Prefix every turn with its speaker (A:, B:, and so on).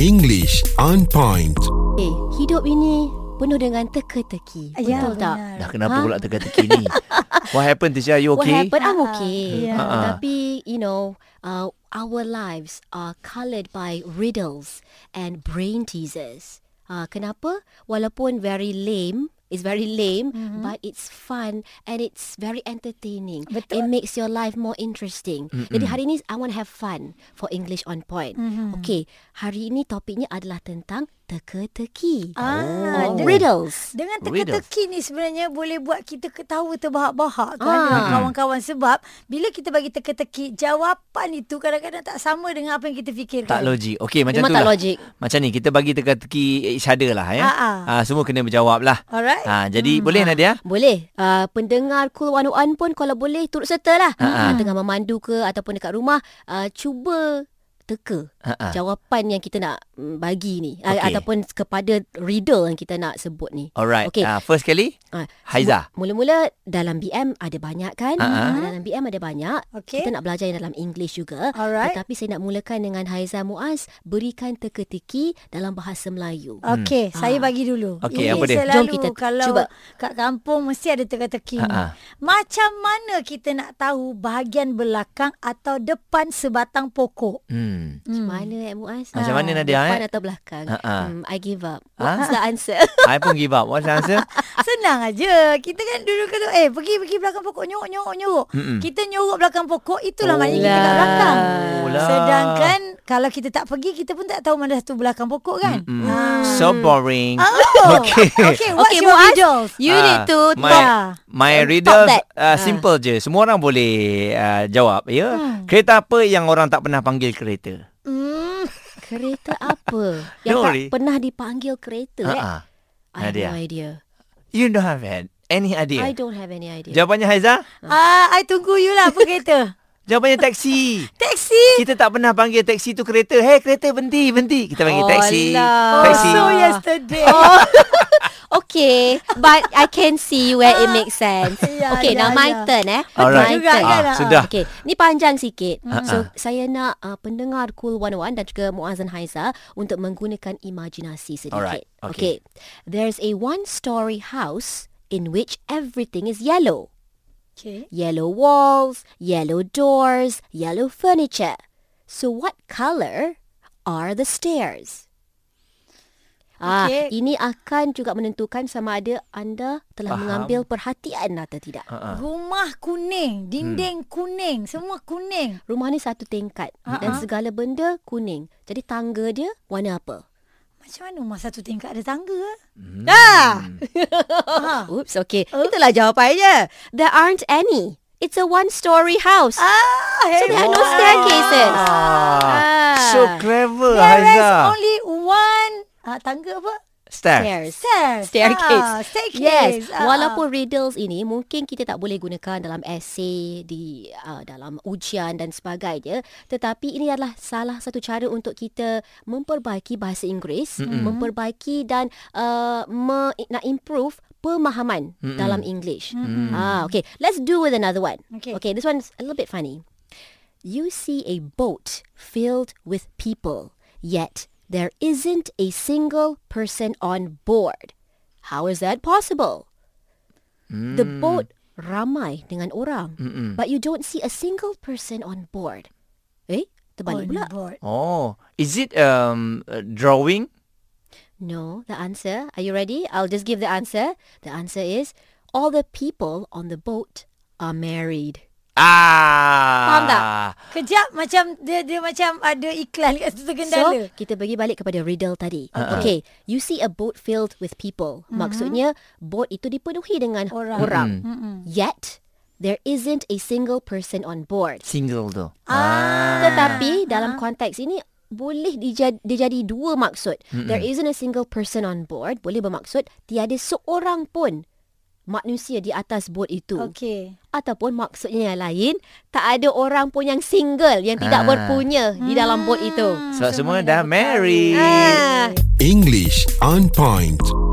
A: English on point.
B: Eh, hidup ini penuh dengan teka-teki.
C: Ya,
B: betul tak?
C: benar.
D: Dah kenapa
B: Ha?
D: pula teka-teki ni? What happened Tisha? You
B: What
D: okay?
B: happened? I'm okay.
C: Yeah.
D: Ah.
B: Tapi, you know, uh, our lives are coloured by riddles and brain teasers. Uh, kenapa? Walaupun very lame, it's very lame, mm-hmm. but it's fun and it's very entertaining. It
C: Betul.
B: makes your life more interesting. Mm-hmm. Jadi hari ini I want to have fun for English on point. Mm-hmm. Okay, hari ini topiknya adalah tentang teka-teki.
C: Ah,
B: or
D: Oh.
C: dengan,
B: riddles.
C: dengan
D: Riddles.
C: teka-teki ni sebenarnya boleh buat kita ketawa terbahak-bahak kan
B: Ah.
C: dengan kawan-kawan sebab bila kita bagi teka-teki jawapan itu kadang-kadang tak sama dengan apa yang kita fikirkan.
D: Tak logik. Okey, macam
B: Memang
D: tu
B: tak
D: lah.
B: logik. Ah,
D: Macam ni, kita bagi teka-teki each other lah. Ya?
C: Ha, ha.
D: Ha, semua kena berjawab lah.
C: Alright.
D: Ha, jadi
B: Hmm.
D: boleh Nadia?
B: Boleh. Uh, pendengar Cool 101 pun kalau boleh turut serta lah.
D: Ha-ha.
B: Uh-huh. Tengah memandu ke ataupun dekat rumah, uh, cuba teka
D: Ha-ha.
B: jawapan yang kita nak mm, bagi ni. Okay.
D: Ha, Okey.
B: Ataupun kepada riddle yang kita nak sebut ni.
D: Alright.
B: Okey.
D: Okay. Ha, first kali,
B: Ah,
D: Haiza.
B: mu- Mula-mula dalam BM ada banyak kan?
D: Ha-ha.
B: Ah, Dalam BM ada banyak.
C: Okey.
B: Kita nak belajar yang dalam English juga.
C: Alright.
B: Tetapi saya nak mulakan dengan Haiza Muaz. Berikan teka-teki dalam bahasa Melayu. Hmm.
C: Okey, hmm. saya
B: Ah.
C: bagi dulu.
D: Okey,
C: Ini
D: apa dia?
C: Selalu
B: Jom kita
C: kalau
B: cuba.
C: kat kampung mesti ada teka-teki ni.
D: Ha, ha.
C: Macam mana kita nak tahu bahagian belakang atau depan sebatang pokok?
D: hmm.
B: Macam mana eh Muaz?
D: Macam mana, Nadia,
B: Depan
D: eh?
B: atau belakang?
D: Ha-ha.
B: Hmm, I give up.
D: Ah.
B: What's the answer?
D: I pun give up. What's the answer?
B: Hmm.
C: Senang aja. Kita kan dulu kalau eh pergi pergi belakang pokok nyorok nyorok nyorok.
D: Mm-mm.
C: Kita nyorok belakang pokok itulah
D: Oh
C: maknanya kita kat belakang.
D: lah.
C: Sedangkan kalau kita tak pergi kita pun tak tahu mana satu belakang pokok kan.
D: Mm-mm.
C: Ah.
D: So boring.
C: Oh.
D: Okay.
C: Okay, what's
B: Okay,
C: your
B: Muaz.
C: riddles?
B: You
D: Ah,
B: need to
D: my-
B: talk. Ah.
D: My
B: Top
D: riddle
B: that.
D: uh, simple je. Semua orang boleh uh, jawab, ya.
B: Hmm.
D: Kereta apa yang orang tak pernah panggil kereta?
C: Hmm.
B: Kereta apa yang
D: Lori.
B: tak pernah dipanggil kereta?
D: Ha
B: eh?
D: ah.
B: I have
D: Nadia.
B: no idea.
D: You don't have any
B: I
D: idea.
B: don't have any idea.
D: Jawapannya Haiza?
C: Ah, I tunggu you lah apa kereta.
D: Jawapannya taksi.
C: Taksi.
D: Kita tak pernah panggil taksi tu kereta. Hey, kereta berhenti, berhenti. Kita panggil taksi.
B: Alah. Oh.
D: Taksi.
C: Oh, so yesterday.
B: Okay, but I can see where it makes sense.
C: Ya,
B: okay,
C: ya,
B: now my
C: ya.
B: turn eh.
D: Alright.
B: My
C: Betul juga
B: turn.
C: kan,
D: ah, sudah.
B: Okay, ni panjang sikit.
D: Mm.
B: So, saya nak uh, pendengar Cool 101 dan juga Muazzan Haiza untuk menggunakan imajinasi sedikit.
D: Alright, okay.
B: There's a one-story house in which everything is yellow.
C: Okay.
B: Yellow walls, yellow doors, yellow furniture. So what color are the stairs? Ah,
C: Okey.
B: ini akan juga menentukan sama ada anda telah
D: Faham.
B: mengambil perhatian atau tidak.
D: Ah, Hmm. ah.
C: Rumah kuning, dinding kuning, semua kuning.
B: Rumah ni satu tingkat
D: Ah,
B: uh-huh. dan segala benda kuning. Jadi tangga dia warna apa?
C: Macam mana rumah satu tingkat ada tangga? Hmm. Dah.
D: Ah.
B: Oops, okay.
D: Oh.
B: Itulah jawapannya. There aren't any. It's a one-story house.
C: Ah,
B: so there are no
C: hebat.
B: staircases.
D: Ah,
B: Ah.
D: So clever,
C: There is
D: Haiza.
C: only one ah, tangga apa?
D: Stairs.
B: Stairs.
C: Stairs.
B: Staircase.
C: Ah, staircase.
B: Yes,
C: Ah.
B: walaupun riddles ini mungkin kita tak boleh gunakan dalam esei, di uh, dalam ujian dan sebagainya, tetapi ini adalah salah satu cara untuk kita memperbaiki bahasa Inggeris, mm-hmm. memperbaiki dan uh, me- nak improve pemahaman mm-hmm. dalam English. Mm-hmm. Ah, okay. Let's do with another one.
C: Okay.
B: okay, this one's a little bit funny. You see a boat filled with people, yet there isn't a single person on board. How is that possible? The boat ramai dengan orang, but you don't see a single person on board. Eh, terbalik
C: On
B: pula.
C: board.
D: Oh, is it um a drawing?
B: No, the answer. Are you ready? I'll just give the answer. The answer is all the people on the boat are married.
D: Ah.
B: Faham tak?
C: Kejap macam dia dia macam ada iklan kat situ
B: So,
C: gendala.
B: kita pergi balik kepada riddle tadi. Uh-huh. Okay, you see a boat filled with people. Mm-hmm. Maksudnya, boat itu dipenuhi dengan
C: Orang.
B: orang. orang. Mm-hmm. Yet, there isn't a single person on board.
D: Single tu.
C: Ah,
B: Tetapi, dalam konteks ini, boleh dijadi, dijadi dua maksud. Mm-hmm. There isn't a single person on board. Boleh bermaksud, tiada seorang pun manusia di atas bot itu.
C: Okey.
B: Ataupun maksudnya yang lain, tak ada orang pun yang single, yang tidak
D: Ah.
B: berpunya di
D: Hmm.
B: dalam bot itu.
D: Sebab semua dah married.
B: Ah.
A: English on point.